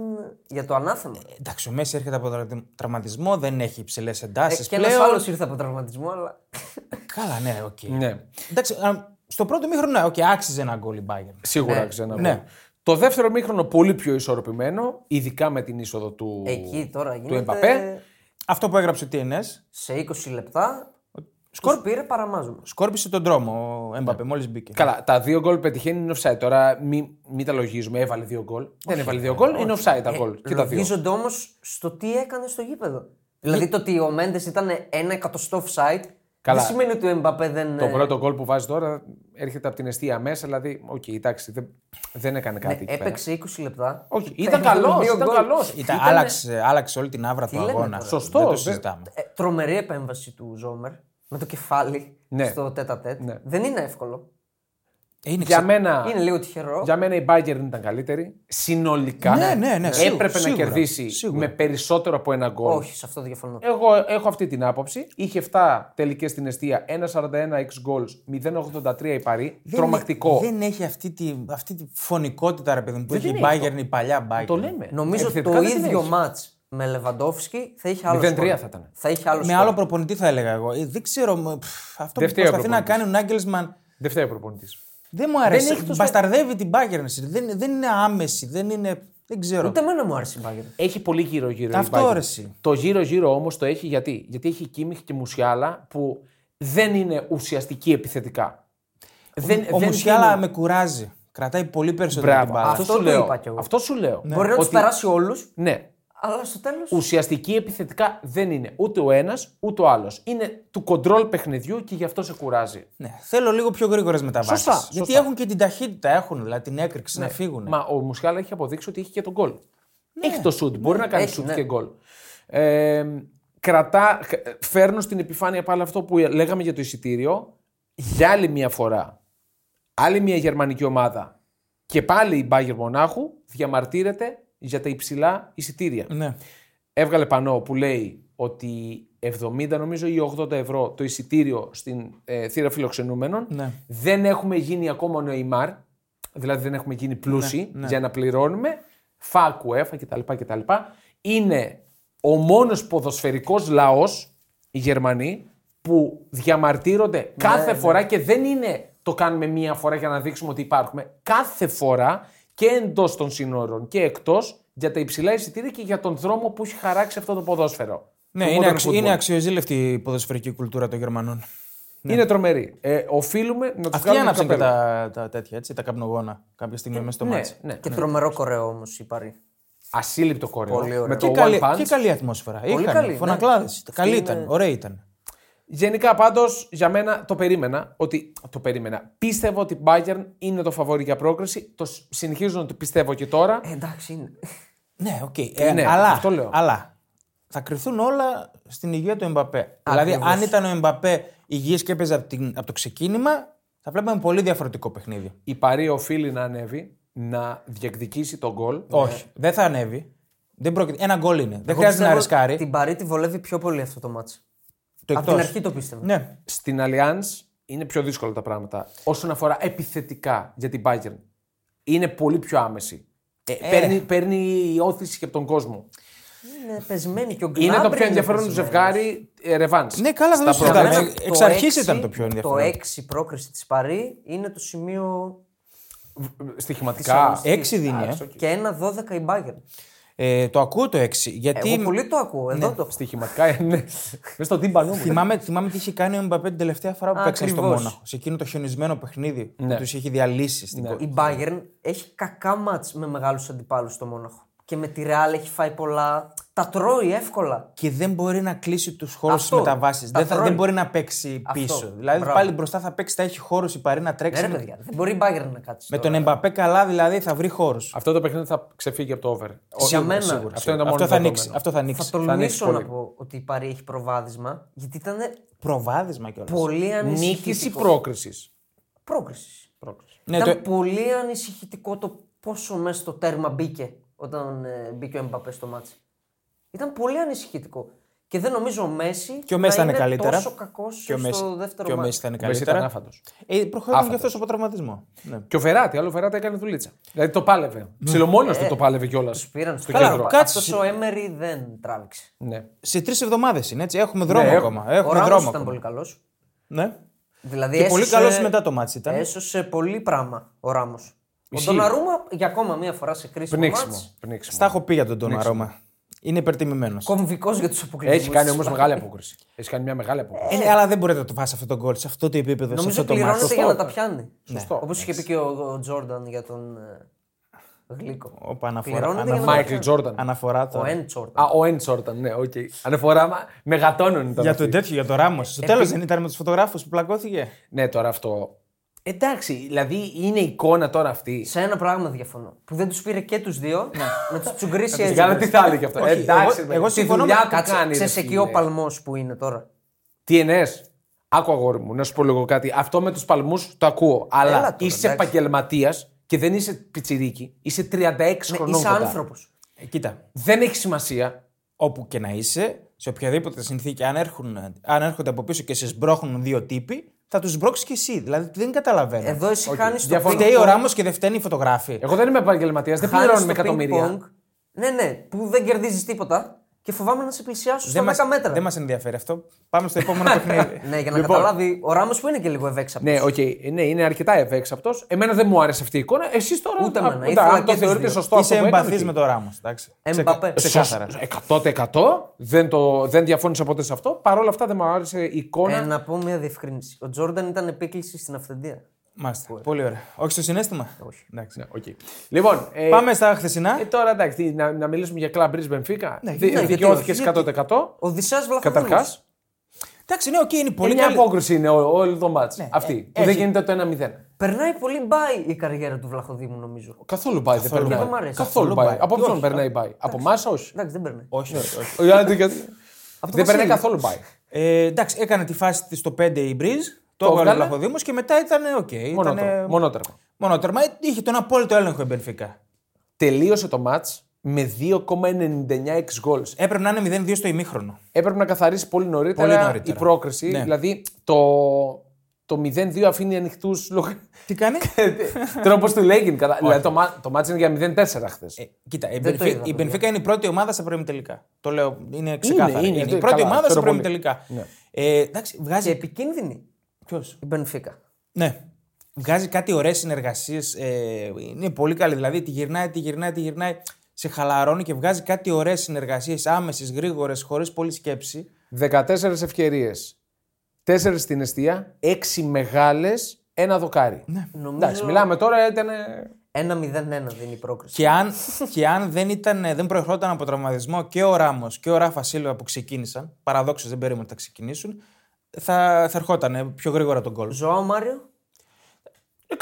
για το ανάθεμα. Εντάξει, ο Μέση έρχεται από τρα- τραυματισμό, δεν έχει υψηλές Ε, εντάσει. και ένας άλλος ήρθε από τραυματισμό, αλλά. Καλά, ναι, οκ. Ναι. Εντάξει, α, στο πρώτο μήχρονο, ναι, οκ, άξιζε ένα γκολ η Bayern. Σίγουρα ξανά. ναι. Το δεύτερο μήχρονο πολύ πιο ισορροπημένο, ειδικά με την είσοδο του, Εκεί τώρα του γίνεται. Εμπαπέ. Αυτό που έγραψε ο Τίνε, Σε 20 λεπτά. Σκορ Σκορ- πήρε, παραμάζουμε. σκόρπισε τον δρόμο ο Εμπαπέ, μόλις μπήκε. Καλά, τα δύο γκολ πετυχαίνει είναι offside. Τώρα μην μη τα λογίζουμε. Έβαλε δύο γκολ. Δεν ε, έβαλε δύο γκολ, είναι offside τα γκολ. Και τα δύο. Λογίζονται όμως στο τι έκανε στο γήπεδο. Δηλαδή το ότι ο Μέντες ήταν ένα εκατοστό offside Καλά. δεν σημαίνει ότι ο Εμπαπέ δεν. Το ε, πρώτο γκολ που βάζει τώρα έρχεται από την αιστεία μέσα, δηλαδή, οκ, εντάξει, δεν, δεν έκανε κάτι. εκεί πέρα. Ναι, έπαιξε 20 λεπτά. Όχι, Και ήταν έβαλε καλό. δύο Ήταν γκολ. καλός. Ήταν, Ήτανε- άλλαξε, άλλαξε όλη την άβρα του λέμε αγώνα. τώρα. Σωστό, Δεν το δεν- συζητάμε. Ε, τρομερή επέμβαση του Ζόμερ με το κεφάλι Ναι. στο τέτα τέτ. Ναι. Δεν είναι εύκολο. Ε, είναι Για ξε- μένα, Είναι λίγο τυχερό. για μένα η Bayern ήταν καλύτερη. Συνολικά Ναι, ναι, ναι, σίγουρα, έπρεπε να σίγουρα, κερδίσει σίγουρα. με περισσότερο από ένα γκολ. Όχι, σε αυτό διαφωνώ. Εγώ έχω αυτή την άποψη. Είχε 7 τελικές στην αιστεία, 1,41 εξ goals, 0,83 η Παρή. Δεν- Τρομακτικό. Δεν έχει αυτή τη, αυτή τη φωνικότητα, ρε παιδί μου, που έχει η την έχει. Bayern, η παλιά Bayern. Το λέμε. Νομίζω ότι Ε, Επιθετικά το δεν την ίδιο έχει. μάτ με Λεβαντόφσκι θα είχε άλλο. 0-3 σκορ. θα ήταν. Θα είχε άλλο. Με σκορ. άλλο προπονητή θα έλεγα εγώ. Ε, δεν ξέρω. μ, πφ, αυτό Δεν που φταίει ο προσπαθεί να προπονητής. κάνει ο Νάγκελσμαν Δεν φταίει ο προπονητής. δεν μου αρέσει. έχει τους- Μπασταρδεύει την Bayern. εσύ. Δεν, δεν είναι άμεση. Δεν είναι. Δεν ξέρω. Ούτε εμένα μου άρεσε η Bayern. Έχει πολύ γύρω-γύρω. η Αυτό, Bayern. ρε, εσύ. Το γύρω-γύρω όμως το έχει γιατί. Γιατί έχει Κίμιχ και Μουσιάλα που δεν είναι ουσιαστική επιθετικά. δεν, Ο δεν Μουσιάλα δίνουν- με κουράζει. Κρατάει πολύ περισσότερο την Μπράβο. μπάλα. Αυτό, Αυτό σου το λέω. είπα κι εγώ. Ναι. Αυτό σου λέω. Μπορεί να του Ότι- περάσει όλους, Ναι. αλλά στο τέλος. Ουσιαστική επιθετικά δεν είναι ούτε ο ένας ούτε ο άλλος. Είναι του κοντρόλ παιχνιδιού και γι' αυτό σε κουράζει. Ναι. Θέλω λίγο πιο γρήγορες μεταβάσεις. Σωστά, Γιατί σωστά. έχουν και την ταχύτητα, έχουν δηλαδή την έκρηξη να ναι. φύγουν. Μα ο Μουσιάλα έχει αποδείξει ότι έχει και τον γκολ. Έχει το σουτ. Μπορεί να κάνει έχει, σουτ ναι. και γκολ. Ε, κρατά, φέρνω στην επιφάνεια πάλι αυτό που λέγαμε για το εισιτήριο. Για άλλη μια φορά, άλλη μια γερμανική ομάδα και πάλι η Bayern Μονάχου διαμαρτύρεται για τα υψηλά εισιτήρια. Ναι. Έβγαλε πανό που λέει ότι 70 νομίζω ή 80 ευρώ το εισιτήριο στην ε, θύρα φιλοξενούμενων. Ναι. Δεν έχουμε γίνει ακόμα νοημάρ, δηλαδή δεν έχουμε γίνει πλούσιοι Ναι, για να πληρώνουμε. Φάκου, έφα κτλ. κτλ. Είναι ο μόνος ποδοσφαιρικός λαός, οι Γερμανοί, που διαμαρτύρονται Ναι, κάθε φορά και δεν είναι το κάνουμε μία φορά για να δείξουμε ότι υπάρχουμε. Κάθε φορά και εντός των σύνορων και εκτός για τα υψηλά εισιτήρια και για τον δρόμο που έχει χαράξει αυτό το ποδόσφαιρο. Ναι, Το είναι, modern αξι... είναι football. αξιοζήλευτη η ποδοσφαιρική κουλτούρα των Γερμανών. Είναι τρομερή. Ε, οφείλουμε να τους ναι. Αυτοί κάνουμε άναψαν και τα, τα τέτοια, έτσι, τα καπνογόνα κάποια στιγμή μέσα στο Ναι, μάτς. ναι. Και τρομερό κορεό όμως η Παρή. Ασύλληπτο κόρεο. Πολύ ωραίο. Με Και, το καλή, one punch. και καλή ατμόσφαιρα. Πολύ Είχαν καλή, ναι. φωνακλάδες. Καλή ήταν, είναι- ωραία ήταν. Γενικά πάντως για μένα το περίμενα. Ότι, το περίμενα. Πίστευα ότι η Bayern είναι το φαβόρι για πρόκριση. Το σ- συνεχίζω να το πιστεύω και τώρα. Ε, εντάξει είναι. Ναι, οκ. Ε, ναι, αλλά, αυτό λέω. αλλά θα κρυφθούν όλα στην υγεία του Εμπαπέ. Δηλαδή, αν ήταν ο Εμπαπέ υγιής και έπαιζε από, την, από το ξεκίνημα, θα βλέπαμε πολύ διαφορετικό παιχνίδι. Η Παρή οφείλει να ανέβει, να διεκδικήσει τον γκολ. Όχι, δεν θα ανέβει. Δεν πρόκειται. Ένα γκολ είναι. Δεν Ναι. Εγώ χρειάζεται να πιστεύω ρισκάρει. Την Παρή τη βολεύει πιο πολύ αυτό το μάτσο. Το Από την εκτός. αρχή το πίστευα. Ναι. Στην Allianz είναι πιο δύσκολα τα πράγματα όσον αφορά επιθετικά για την Bayern. Είναι πολύ πιο άμεση. Ε, παίρνει, παίρνει η όθηση και από τον κόσμο. Είναι πεσμένη και ο Είναι Γκνάμπρι το πιο ενδιαφέρον πεσμένος. ζευγάρι ε, ρεβάνς. Ναι, καλά, δεν το Στα συζητάμε. προγράμματα. Εμένα Εξ αρχής ήταν το πιο ενδιαφέρον. Το 6 πρόκριση της Παρή είναι το σημείο. Στοιχηματικά. Της Έξι δίνει. Εντάξει, Ε. οκ. Και ένα 12 η Bayern. Ε, το ακούω το 6. Γιατί Εγώ πολύ το ακούω. Εδώ Ναι. το έχω. Στοιχηματικά ε, ναι. είναι. Μες στον τύμπανό μου. θυμάμαι, θυμάμαι τι είχε κάνει ο Μπαπέ την τελευταία φορά που παίξαν στο Ακριβώς. Μόναχο. Σε εκείνο το χιονισμένο παιχνίδι Ναι. που τους είχε διαλύσει στην κο- Η Bayern έχει κακά μάτς με μεγάλους αντιπάλους στο Μόναχο. Και με τη Real έχει φάει πολλά. Τα τρώει εύκολα. Και δεν μπορεί να κλείσει τους χώρους στι Αυτό. μεταβάσεις. Τα Δεν, θα- θρώνει. δεν μπορεί να παίξει Αυτό. πίσω. Δηλαδή Μπράβο. πάλι μπροστά θα παίξει, θα έχει χώρους η παρή να Ναι, τρέξει. ρε με- παιδιά, δεν μπορεί η Bayern να κάτσει. με τώρα. τον Εμπαπέ καλά δηλαδή θα βρει χώρους. Αυτό το παιχνίδι θα ξεφύγει από το over. Για μένα. Αυτό είναι το μόνο Αυτό, θα δεδομένο. ανοίξει. αυτό θα ανοίξει. Θα τολμήσω να πολύ. πω ότι η Παρή έχει προβάδισμα, γιατί ήταν Προβάδισμα κιόλας. πολύ Νίκηση ανησυχητικό. πρόκρισης. Πρόκρισης. Ναι, ήταν το- πολύ ανησυχητικό το πόσο μέσα στο τέρμα μπήκε όταν ε, μπήκε ο Εμπαπέ στο μάτσι. Ήταν πολύ ανησυχητικό. Και δεν νομίζω ο Μέση. Και ο Μέση να ήταν είναι καλύτερα. Τόσο κακός Και ο Μέση- στο δεύτερο και ο μάτι. Μέση ήταν Ο Μέση ήταν καλύτερα. άφαντος. Ε, προχωράμε Άφαντος. γι' αυτό από τραυματισμό. Ναι. Και ο Φεράτη, άλλο ο Φεράτη έκανε δουλίτσα. Δηλαδή το πάλευε. Ψιλομόνο του το πάλευε κιόλας. Πήραν στο Καλά, κέντρο. κάτσε. Αυτός ο Έμερι δεν τράβηξε. Ναι. Σε τρεις εβδομάδες είναι έτσι. Έχουμε δρόμο έχουμε. ακόμα. ο Έχουμε Ράμος δρόμο ήταν ακόμα. πολύ καλός. Ναι. Δηλαδή Και έσωσε, πολύ καλός μετά το μάτι ήταν. Έσωσε πολύ πράγμα ο Ράμος. Ο Ισχύει. Ντοναρούμα για ακόμα μία φορά σε κρίσιμο μάτς, Πνίξιμο. πνίξιμο. Στα έχω πει για τον Τον Αρώμα. Είναι υπερτιμημένος. Κομβικός για τους αποκλεισμούς. Έχει κάνει όμως μεγάλη απόκριση. Έχει κάνει μια μεγάλη απόκριση. Ε, ναι, αλλά δεν μπορείτε να το βάσει αυτό το γκολ σε αυτό το επίπεδο, σε Νομίζω αυτό το μάτι. πληρώνεται για να τα πιάνει. Σωστό. Όπως είχε πει και ο, ο Τζόρνταν για τον ε, Γλίκο. Όπα, αναφορά. Πληρώνεται για να αναφορά- τα Μάικλ πιάνει. Τζόρνταν. Αναφορά τώρα. Ο Εν Τζόρνταν. Α, ο Έντ Τζόρνταν, ναι, οκ. Αναφορά μα- με γατώνων ήταν. Για αυτή. τον τέτοιο, για τον Ράμο. Ε, Στο τέλο δεν ήταν με τους φωτογράφους που πλακώθηκε. Ναι, τώρα αυτό. Εντάξει, δηλαδή είναι εικόνα τώρα αυτή. Σε ένα πράγμα διαφωνώ. Που δεν τους πήρε και τους δύο να τους τσουγκρίσει Και έτσι. Καλά, τι θα έλεγε αυτό. Ναι. Ε, Όχι, Εντάξει, εγώ- με- εγώ τη συμφωνώ δουλειά με- του Κάτσε, κάνεις, ρε ξέρει εκεί φίλε. ο παλμός που είναι τώρα. Τι εννοείς? Άκου αγόρι μου, να σου πω λίγο κάτι. Αυτό με τους παλμούς το ακούω. Αλλά τώρα, είσαι εντάξει. επαγγελματίας και δεν είσαι πιτσιρίκι. Είσαι 36 Ναι, χρονών. είσαι κοντά. άνθρωπος. Ε, κοίτα, Δεν έχει σημασία. όπου και να είσαι, σε οποιαδήποτε συνθήκη, αν, έρχουν, αν έρχονται από πίσω και σε σμπρώχνουν δύο τύποι, θα τους σμπρώξει και εσύ. Δηλαδή δεν καταλαβαίνω. Εδώ εσύ χάνεις το Διαφωνώ. Φταίει ping-pong. ο Ράμος και δεν φταίνει η φωτογράφη. Εγώ δεν είμαι επαγγελματίας, δεν Χάνεις πληρώνουμε το εκατομμύρια. ping-pong. Ναι, ναι, που δεν κερδίζεις τίποτα και φοβάμαι να σε πλησιάσω στα 10 μας- μέτρα. δεν μας Λοιπόν. ενδιαφέρει αυτό. Πάμε στο επόμενο παιχνίδι. Ναι, για να καταλάβει ο Ράμος που είναι και λίγο ευέξαπτος. Ναι, οκ, ναι, είναι αρκετά ευέξαπτος. Εμένα δεν μου άρεσε αυτή η εικόνα. Εσείς τώρα. Ούτε εμένα. αν- Ήθελα Αν και το τους θεωρείτε δύο. σωστό αυτό Είσαι που έκανε, εμπαθή με τι. τον Ράμος. εντάξει. Εμπαπέ. Ξεκα- Ξεκάθαρα. Σωστ- 100% δεν, το, δεν διαφώνησα ποτέ σε αυτό. Παρ' όλα αυτά δεν μου άρεσε η εικόνα. Ε, να πω μια διευκρίνηση. Ο Τζόρνταν ήταν επίκληση στην αυθεντία. Μάλιστα. Πολύ ωραία. Όχι στο συνέστημα. Όχι. Εντάξει. Ναι, οκ. Λοιπόν, ε, Πάμε στα χθεσινά. ε, τώρα εντάξει, τι, να, να μιλήσουμε για κλαμπ Μπρίζ Μπενφίκα. Ναι, γιατί όχι, Δικαιώθηκε γιατί- 100%. Ο Δυσά Βλαχαδούλη. Καταρχάς, Εντάξει, ναι, οκ, είναι πολύ Ε, μια καλή. απόκριση είναι ό- όλο το μάτς. Ναι, Αυτή. ε, που δεν έχει- γίνεται το 1-0. Περνάει πολύ μπάι η καριέρα του Βλαχοδήμου, νομίζω. Καθόλου πάει δεν περνάει. δεν μ' αρέσει. Καθόλου Καθόλου πάει. πάει. Από ποιον περνάει πάει. Από εμάς όχι. Εντάξει, δεν περνάει. Όχι, όχι. όχι. Ο Ιωάννη, γιατί- Δεν περνάει Βασίλη. καθόλου πάει. Ε, εντάξει, έκανε τη φάση της στο 5 η Μπριζ. Το Το έβγαλε ο έβγαλε. Βλαχοδήμο και μετά ήταν οκ. Μονότροπο. Ήταν Μονότροπο. μονότρεμα. Είχε τον απόλυτο έλεγχο η Μπενφίκα. Τελείωσε το μάτς με 2,99 εξ goals. Έπρεπε να είναι 0-2 στο ημίχρονο. έπρεπε να καθαρίσει πολύ νωρίτερα, Πολύ νωρίτερα. η πρόκριση. Ναι. Δηλαδή το, το 0-2 αφήνει ανοιχτούς Τι κάνει. τρόπο Ε, του Λέγκιν. Κατα... δηλαδή το, μα- το μάτς είναι για 0-4 χθες. Ε, κοίτα, η, Δεν το Μπενφί- είδα, η παιδιά. Μπενφίκα είναι η πρώτη ομάδα σε πρώιμητελικά. Το λέω, είναι ξεκάθαρο. Είναι, είναι, η είναι, πρώτη καλά, ομάδα σε ξέρω πολύ. πρώιμητελικά. Ναι. Ε, εντάξει, βγάζει. Και επικίνδυνη Ποιος? η Μπενφίκα. Ναι. Βγάζει κάτι ωραίες συνεργασίες. Ε, είναι πολύ καλή. Δηλαδή τη γυρνάει, τη γυρνάει, τη γυρνάει. Σε χαλαρώνει και βγάζει κάτι ωραίες συνεργασίες, άμεσες, γρήγορες, χωρίς πολλή σκέψη. 14 ευκαιρίε. 4 στην αιστεία, 6 μεγάλες, ένα δοκάρι. Ναι. Εντάξει, Νομίζω μιλάμε τώρα, ήταν. ε, ένα 0-1 δίνει η πρόκριση. Και αν, και αν δεν, ήταν, δεν προερχόταν από τραυματισμό και ο Ράμος και ο Ράφα Σίλβα που ξεκίνησαν, παραδόξως δεν περίμενα ότι θα ξεκινήσουν, θα, θα ερχόταν πιο γρήγορα τον κόλπο. Ζωά ο Μάριο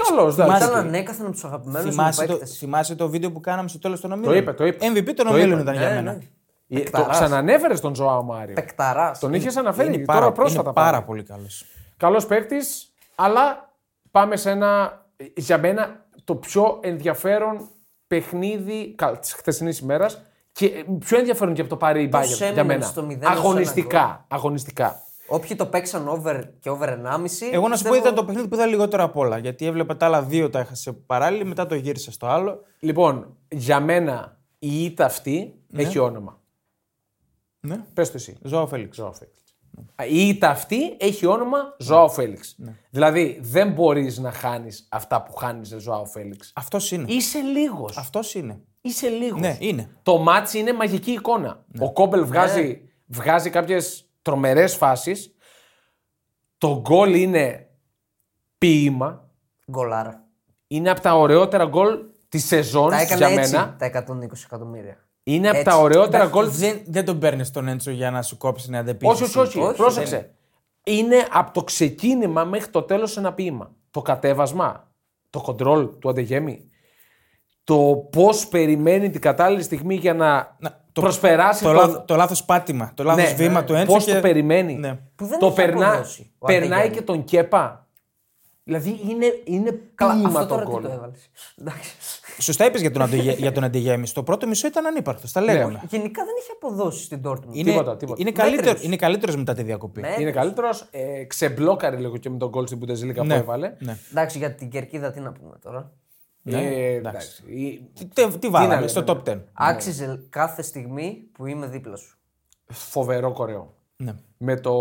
Καλό, ήταν Ε, εντάξει. ανέκαθεν από τους αγαπημένους μου Θυμάσαι το, παίκτες. θυμάσαι το βίντεο που κάναμε στο τέλος των ομίλων. είπε, το είπε. MVP των Το ομίλων είπε. ήταν για μένα. ναι. Ε, Το ξανανέφερε τον Ζωάο Μάριο. Πεκταράς. Τον είχες αναφέρει Είναι τώρα πάρα, πρόσφατα. είναι πάλι. πάρα πολύ καλός. Καλός παίκτης, αλλά πάμε σε ένα για μένα το πιο ενδιαφέρον παιχνίδι της χθεσινής ημέρας ε, και πιο ενδιαφέρον και από το Πάρη η Bayern για έμεινε μένα. στο 0 ως αγωνιστικά, αγωνιστικά. Ο Όποιοι το παίξαν over και over 1,5. Εγώ να σου πω Ε, πιστεύω- ήταν το παιχνίδι που είδα λιγότερο απ' όλα. Γιατί έβλεπα τα άλλα δύο τα είχα σε παράλληλη, μετά το γύρισα στο άλλο. Λοιπόν, για μένα η ήττα αυτή έχει όνομα. Ναι. Πες το εσύ. Ζωάο Φέληξ. Ζωάο Φέληξ. Η ήττα αυτή έχει όνομα Ζωάο Ναι. Φέληξ. Δηλαδή δεν μπορείς να χάνεις αυτά που χάνει Ζωάο Φέληξ. Αυτός είναι. Είσαι λίγος. Αυτός είναι. Είσαι λίγος. Ναι, είναι. Το μάτσι είναι μαγική εικόνα. Ναι. Ο Κόμπελ βγάζει, βγάζει κάποιες τρομερές φάσεις. Το γκολ είναι ποίημα. Γκολάρα. Είναι από τα ωραιότερα γκολ της σεζόν Τα για έκανε μένα. έτσι τα 120 εκατομμύρια. Είναι από τα Έτσι. ωραιότερα Εντάξει, γκολ. Δεν, δεν τον παίρνεις τον Έντσο για να σου κόψει την αντεπίθεση. Όχι, όχι, όχι. Όχι, Πρόσεξε. Είναι από το ξεκίνημα μέχρι το τέλος ένα ποίημα. Το κατέβασμα, το κοντρόλ του αντεγέμι. Το πώς περιμένει την κατάλληλη στιγμή για να, Να- το, προσπεράσει Το, τον- λάθο το λάθος πάτημα, το λάθος Ναι, βήμα ναι. του Έντσο. Πώς και- το περιμένει. Ναι. Που δεν το έχει περνά, αποδώσει ο περνάει Αντεγιάννη. και τον Κέπα. Δηλαδή είναι, είναι Καλά, ποίημα αυτό το τώρα τι γκολ. το έβαλες. Εντάξει. Σωστά είπες για τον, Αντεγε... [laughs] για τον Αντεγέμι. Το πρώτο μισό ήταν ανύπαρκτο. Τα λέγαμε. Γενικά δεν έχει αποδώσει στην Dortmund. Ναι, Είναι, Τίποτα, τίποτα. είναι, καλύτερο, Μέτριος. είναι καλύτερος μετά τη διακοπή. Ναι. Είναι καλύτερος. Ε, ξεμπλόκαρε λίγο και με τον γκολ στην Πουντεζίλικα Ναι, που έβαλε. ναι. Εντάξει, για την κερκίδα τι να πούμε τώρα. Ε, Ναι, εντάξει. Η- Τι, τι, τι να βάλαμε λέμε, στο ναι. top 10. Άξιζε κάθε στιγμή που είμαι δίπλα σου. Φοβερό κορεό. Ναι. Με το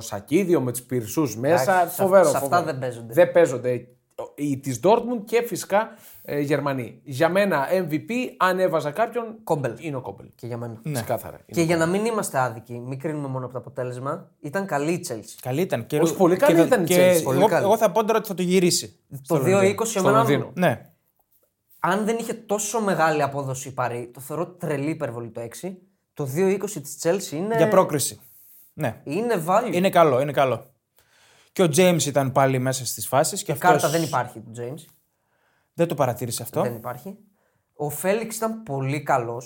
σακίδιο, με τους πυρσούς μέσα. Εντάξει, σε- φοβερό. σε αυτά φοβερό. δεν παίζονται. Δεν παίζονται. Η της Dortmund και φυσικά ε, Γερμανοί. Για μένα MVP, αν έβαζα κάποιον. Κόμπελ. Είναι ο Κόμπελ. Και για Ναι. Ναι. μένα. Ξεκάθαρα. Και για να μην είμαστε άδικοι, μην κρίνουμε μόνο από το αποτέλεσμα, ήταν καλή η Chelsea. Καλή ήταν. Και, Όχι, πολύ καλή και- ήταν η και Chelsea, πολύ εγώ, καλή. εγώ θα πω τώρα ότι θα το γυρίσει. Το 2-20 στο εμένα, Λονδίνο. Ναι. αν δεν είχε τόσο μεγάλη απόδοση η Παρή, το θεωρώ τρελή υπερβολή το 6. Το 2-20 της Chelsea είναι. Για πρόκριση. Ναι. Είναι value. Είναι καλό, είναι καλό. Και ο James ήταν πάλι μέσα στις φάσεις. Και αυτός... Κάρτα δεν υπάρχει του James. Δεν το παρατήρησε αυτό. Δεν υπάρχει. Ο Φέληξ ήταν πολύ καλός.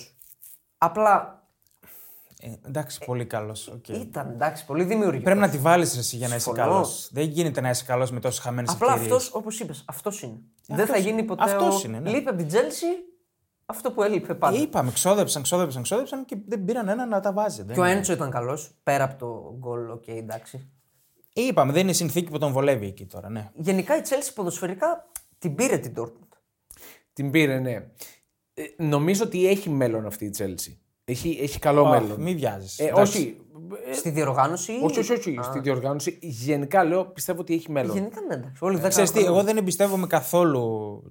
Απλά Ε, εντάξει, πολύ καλός. ήταν εντάξει, πολύ δημιουργικό. Πρέπει να τη βάλεις εσύ για να είσαι Συμφωνώ. καλός. Δεν γίνεται να είσαι καλός με τόσες χαμένες Απλά ευκαιρίες. αυτός, όπως είπες, αυτός είναι. δεν θα γίνει ποτέ. Αυτός ο... είναι, ναι. Λείπει από την Τζέλση αυτό που έλειπε πάντα. Είπαμε, ξόδεψαν, ξόδεψαν, ξόδεψαν και δεν πήραν ένα να τα βάζει. Δεν... Και ο Έντσο ήταν καλός, πέρα από το γκολ, οκ, εντάξει. Ε, Είπαμε, δεν είναι η συνθήκη που τον βολεύει εκεί τώρα, ναι. Γενικά η Chelsea ποδοσφαιρικά την πήρε την Dortmund. Την πήρε, ναι. Ε, νομίζω ότι έχει μέλλον αυτή η Chelsea. Έχει, έχει καλό Αχ, μέλλον. μη βιάζει. Ε, όχι, Στη διοργάνωση. όχι, όχι, όχι. Στη διοργάνωση. Γενικά λέω, πιστεύω ότι έχει μέλλον. Γενικά ναι, εντάξει. Όλοι δεν Ξέρεις τι, εγώ δεν εμπιστεύομαι καθόλου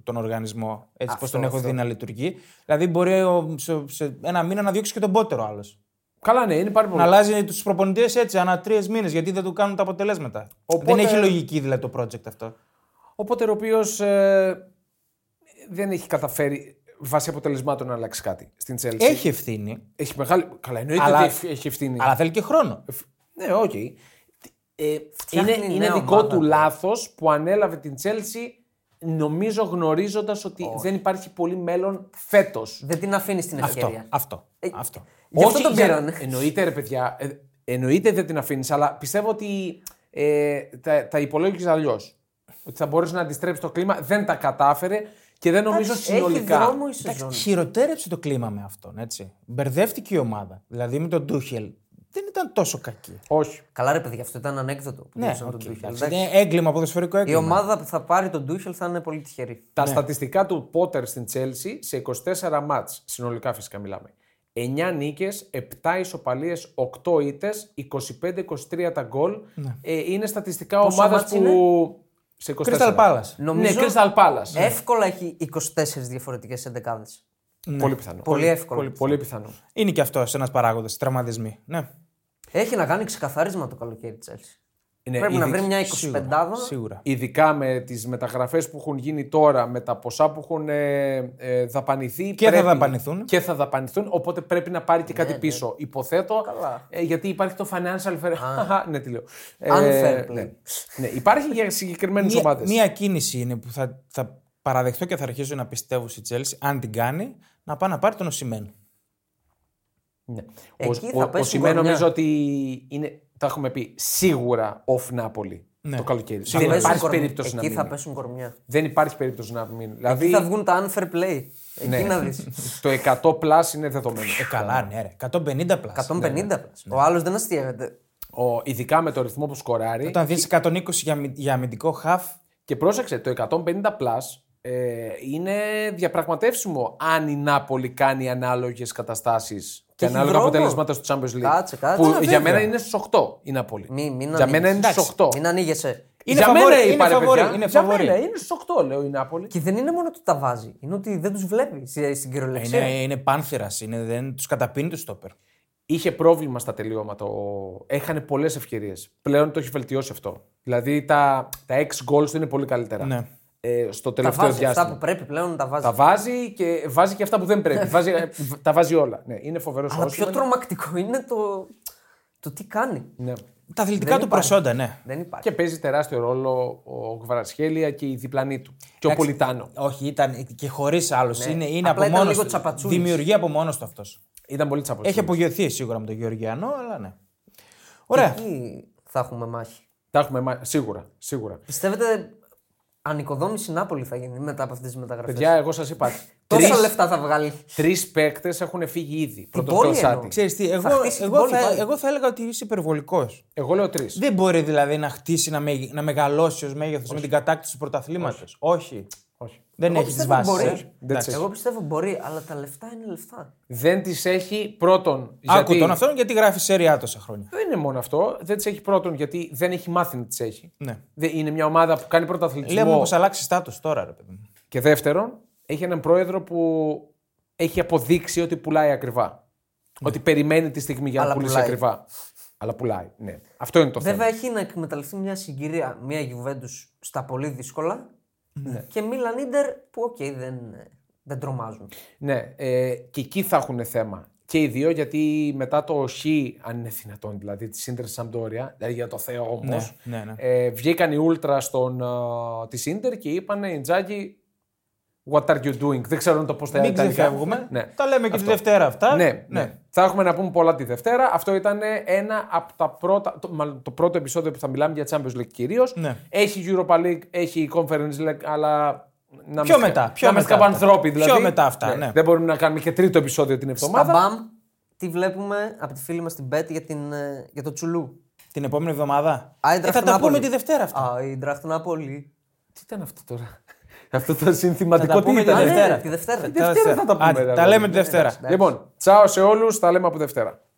τον οργανισμό έτσι πώ τον έχω δει να λειτουργεί. Δηλαδή, μπορεί ο- σε, σε ένα μήνα να διώξει και τον πότερο άλλος. Ε. Καλά, ναι, είναι πάρα πολύ. Να αλλάζει τους προπονητές έτσι ανά τρεις μήνες γιατί δεν του κάνουν τα αποτελέσματα. Οπότε- Δεν έχει λογική δηλαδή το project αυτό. Ο Πότερ, ο οποίος δεν έχει καταφέρει βάσει αποτελεσμάτων να αλλάξει κάτι στην Chelsea. Έχει ευθύνη, Έχει μεγάλη. Καλά, εννοείται Αλλά- ότι έχει- έχει ευθύνη. αλλά θέλει και χρόνο. Ναι, οκ. Ε, είναι Φτιάχνει είναι νέα δικό ομάδα, του ναι. λάθος που ανέλαβε την Chelsea νομίζω γνωρίζοντας ότι δεν υπάρχει πολύ μέλλον φέτος. Δεν την αφήνεις την Αυτό. ευκαιρία. Ε, Αυτό. αυτό. Γι' αυτό τον για- πήραν. Εννοείται, ρε παιδιά. ε, εννοείται δεν την αφήνεις, αλλά πιστεύω ότι ε, τα, τα υπολόγιζες αλλιώς. Ότι θα μπορούσε να αντιστρέψεις το κλίμα. Δεν τα κατάφερε και δεν νομίζω Εντάξει, συνολικά. Έχει δρόμο η Εντάξει, σεζόν. χειροτέρεψε το κλίμα με αυτόν, έτσι. Μπερδεύτηκε η ομάδα. Δηλαδή με τον Ντούχελ δεν ήταν τόσο κακή. Όχι. Καλά, ρε παιδιά, αυτό ήταν ανέκδοτο. που Ναι, δώσαν τον οκ, Tuchel, εντάξει, εντάξει. είναι έγκλημα, ποδοσφαιρικό Η έγκλημα. ομάδα που θα πάρει τον Ντούχελ θα είναι πολύ τυχερή. Τα Ναι. στατιστικά του Πότερ στην Chelsea σε 24 μάτς, συνολικά φυσικά μιλάμε. 9 νίκες, 7 ισοπαλίες, 8 ήττες, 25-23 τα γκολ. Ε, είναι στατιστικά Πόσα ομάδας μάτς που... Σε 24. Ναι. Crystal Palace. Ναι, Νομίζω Crystal Palace. Ναι. εύκολα έχει 24 διαφορετικές εντεκάδες. Πολύ πιθανό. Πολύ εύκολο. Πολύ, πολύ πιθανό. Είναι και αυτός ένας παράγοντας, τραυματισμοί. Ναι. Έχει να κάνει ξεκαθάρισμα το καλοκαίρι της Chelsea. Είναι Πρέπει να ειδικ- βρει μια Σίγουρα, 25 Σίγουρα. Ειδικά με τις μεταγραφές που έχουν γίνει τώρα, με τα ποσά που έχουν ε, ε, δαπανηθεί. Και θα δαπανηθούν. Και θα δαπανηθούν, οπότε πρέπει να πάρει και κάτι πίσω. Υποθέτω, Ναι, Καλά. ε, γιατί υπάρχει το financial fair... Χαχα, [laughs] ναι, τι λέω. Ε, Unfair play. ναι. ναι, υπάρχει για συγκεκριμένες Μία, ομάδες. μία κίνηση είναι που θα, θα παραδεχτώ και θα αρχίσω να πιστεύω στη Chelsea, αν την κάνει, να πάει να πάρει τον Οσημέν. Ναι. Εκεί ο, θα ο, ο πέσουν Σιμέν κορμιά. νομίζω ότι είναι, τα έχουμε πει, σίγουρα off Napoli Ναι. το καλοκαίρι. Σίγουρα. Δεν Πέσουν υπάρχει κορμιά. περίπτωση να Εκεί θα μείνει. πέσουν κορμιά. Δεν υπάρχει περίπτωση να μείνει. Δηλαδή, Εκεί θα βγουν τα unfair play. Εκεί ναι. να δεις. το 100 plus είναι δεδομένο. Ε, καλά, ναι, ρε. 150 πλάσ. 150 πλάσ. Ο άλλος δεν αστείευεται. Ο, ειδικά με το ρυθμό που σκοράρει. Όταν δίνει 120 για, αμυ- για αμυντικό χαφ, Και πρόσεξε, το 150 plus ε, είναι διαπραγματεύσιμο αν η Νάπολη κάνει ανάλογες καταστάσεις και, έχει ανάλογα δρόμο. αποτελέσματα στο Champions League. Κάτσε, κάτσε. Που Α, για βέβαια. μένα είναι στου 8 η Νάπολη. Μη- μην για μένα ανοίγεις. είναι στου Εντάξει, 8. Μην ανοίγεσαι. Είναι για φαβορί, μένα είναι είπα, ρε φαβορί, παιδιά, είναι για φαβορί. μένα είναι στου 8, λέω η Νάπολη. Και δεν είναι μόνο ότι τα βάζει, είναι ότι δεν τους βλέπει στη- στην κυριολεξία. Ε, Ε, ναι, είναι, είναι πάνθυρας, Είναι, δεν τους καταπίνει του στόπερ. Είχε πρόβλημα στα τελειώματα. ο- Έχανε πολλές ευκαιρίες. Πλέον το έχει βελτιώσει αυτό. Δηλαδή τα, τα 6 goals του είναι πολύ καλύτερα. Ναι. Ε, στο τα τελευταίο βάζει διάστημα. αυτά που πρέπει πλέον να τα βάζει. Τα βάζει και βάζει και αυτά που δεν πρέπει. βάζει, ε, τα βάζει όλα. Ναι, είναι φοβερός Αλλά πιο τρομακτικό είναι το, το τι κάνει. Ναι. Τα αθλητικά Δεν του υπάρχει. προσόντα, ναι. Δεν υπάρχει. Και παίζει τεράστιο ρόλο ο Γβαρασχέλια και η διπλανή του. Και ο Πολιτάνο. Όχι, ήταν και χωρίς άλλο. Είναι, είναι Ναι. Απλά από ήταν μόνος λίγο του. τσαπατσούλης. Δημιουργεί από μόνος του αυτός. Ήταν πολύ τσαπωτή. Έχει απογειωθεί σίγουρα με τον Γεωργιανό, αλλά ναι. Ωραία. Εκεί θα έχουμε μάχη. Τα έχουμε μα- σίγουρα. σίγουρα. Πιστεύετε ανοικοδόμηση Νάπολη θα γίνει μετά από αυτές τις μεταγραφές. Παιδιά, εγώ σας είπα. Τόσα τρεις- λεφτά θα βγάλει. Τρεις παίκτες έχουν φύγει ήδη. πόλη Πρωτοκλασάτη. εννοώ. Ξέρεις τι, εγώ, χτίσει την εγώ, πόλη θα, πάλι. εγώ θα έλεγα ότι είσαι υπερβολικός. Εγώ λέω τρεις. Δεν μπορεί δηλαδή να χτίσει, να, με, να μεγαλώσει ως μέγεθος με την κατάκτηση του πρωταθλήματος. Όχι. Όχι. Δεν έχει τι πιστεύω βάσει. μπορεί. Δεν τις έχει. Εγώ πιστεύω μπορεί, αλλά τα λεφτά είναι λεφτά. Δεν τις έχει πρώτον. Άκου γιατί... τον αυτόν γιατί γράφει σεριά τόσα χρόνια. Δεν είναι μόνο αυτό. Δεν τις έχει πρώτον γιατί δεν έχει μάθει να τις έχει. Ναι. Δεν- Είναι μια ομάδα που κάνει πρωταθλητισμό. Λέμε πω αλλάξει στάτους τώρα, ρε παιδί μου. Και δεύτερον, έχει έναν πρόεδρο που έχει αποδείξει ότι πουλάει ακριβά. Ναι. Ότι περιμένει τη στιγμή για να Αλλά πουλήσει πουλάει. ακριβά. Αλλά πουλάει, ναι. Αυτό είναι το Βέβαια θέμα. έχει να εκμεταλλευτεί μια συγκυρία, μια Γιουβέντους στα πολύ δύσκολα. Και Μίλαν Ιντερ που οκ, δεν, δεν τρομάζουν. Ναι, ε, και εκεί θα έχουν θέμα. Και οι δύο, γιατί μετά το χ, αν είναι δυνατόν δηλαδή, της Ίντερ Σαμπτόρια, δηλαδή για το Θεό όμως, Ναι, ναι, ναι. ε, βγήκαν οι ούλτρα στον, ε, της Ίντερ και είπαν οι Τζάκη, what are you doing. Δεν ξέρω το πώς θα Μην τα ιταλικά. ξεφεύγουμε. Ναι. Τα λέμε και τη Δευτέρα αυτά. Ναι, ναι. Θα έχουμε να πούμε πολλά τη Δευτέρα. Αυτό ήταν ένα από τα πρώτα. Το, μάλλον το πρώτο επεισόδιο που θα μιλάμε για Champions League κυρίως. Ναι. Έχει Europa League, έχει Conference League, αλλά. Να Πιο είμαστε- μετά, πιο να είμαστε μετά αυτά. καμπανθρώποι δηλαδή. Πιο μετά αυτά, ναι. Δεν μπορούμε να κάνουμε και τρίτο επεισόδιο την Στα εβδομάδα. μπαμ, τι βλέπουμε από τη φίλη μας την Πέτ για, την, ε, για το Τσουλού. Την επόμενη εβδομάδα. Ε, Άιντραχτ θα τα Νάπολη. πούμε τη Δευτέρα αυτά. Α, η Νάπολη. Τι ήταν αυτό τώρα. [laughs] αυτό το συνθηματικό τι πούμε ήταν. Α, ναι, Δευτέρα. Τη Δευτέρα. Δευτέρα θα τα πούμε, Άντε, ρε, Τα ρε. λέμε τη Δευτέρα. Λοιπόν, τσάω σε όλους. Τα λέμε από Δευτέρα.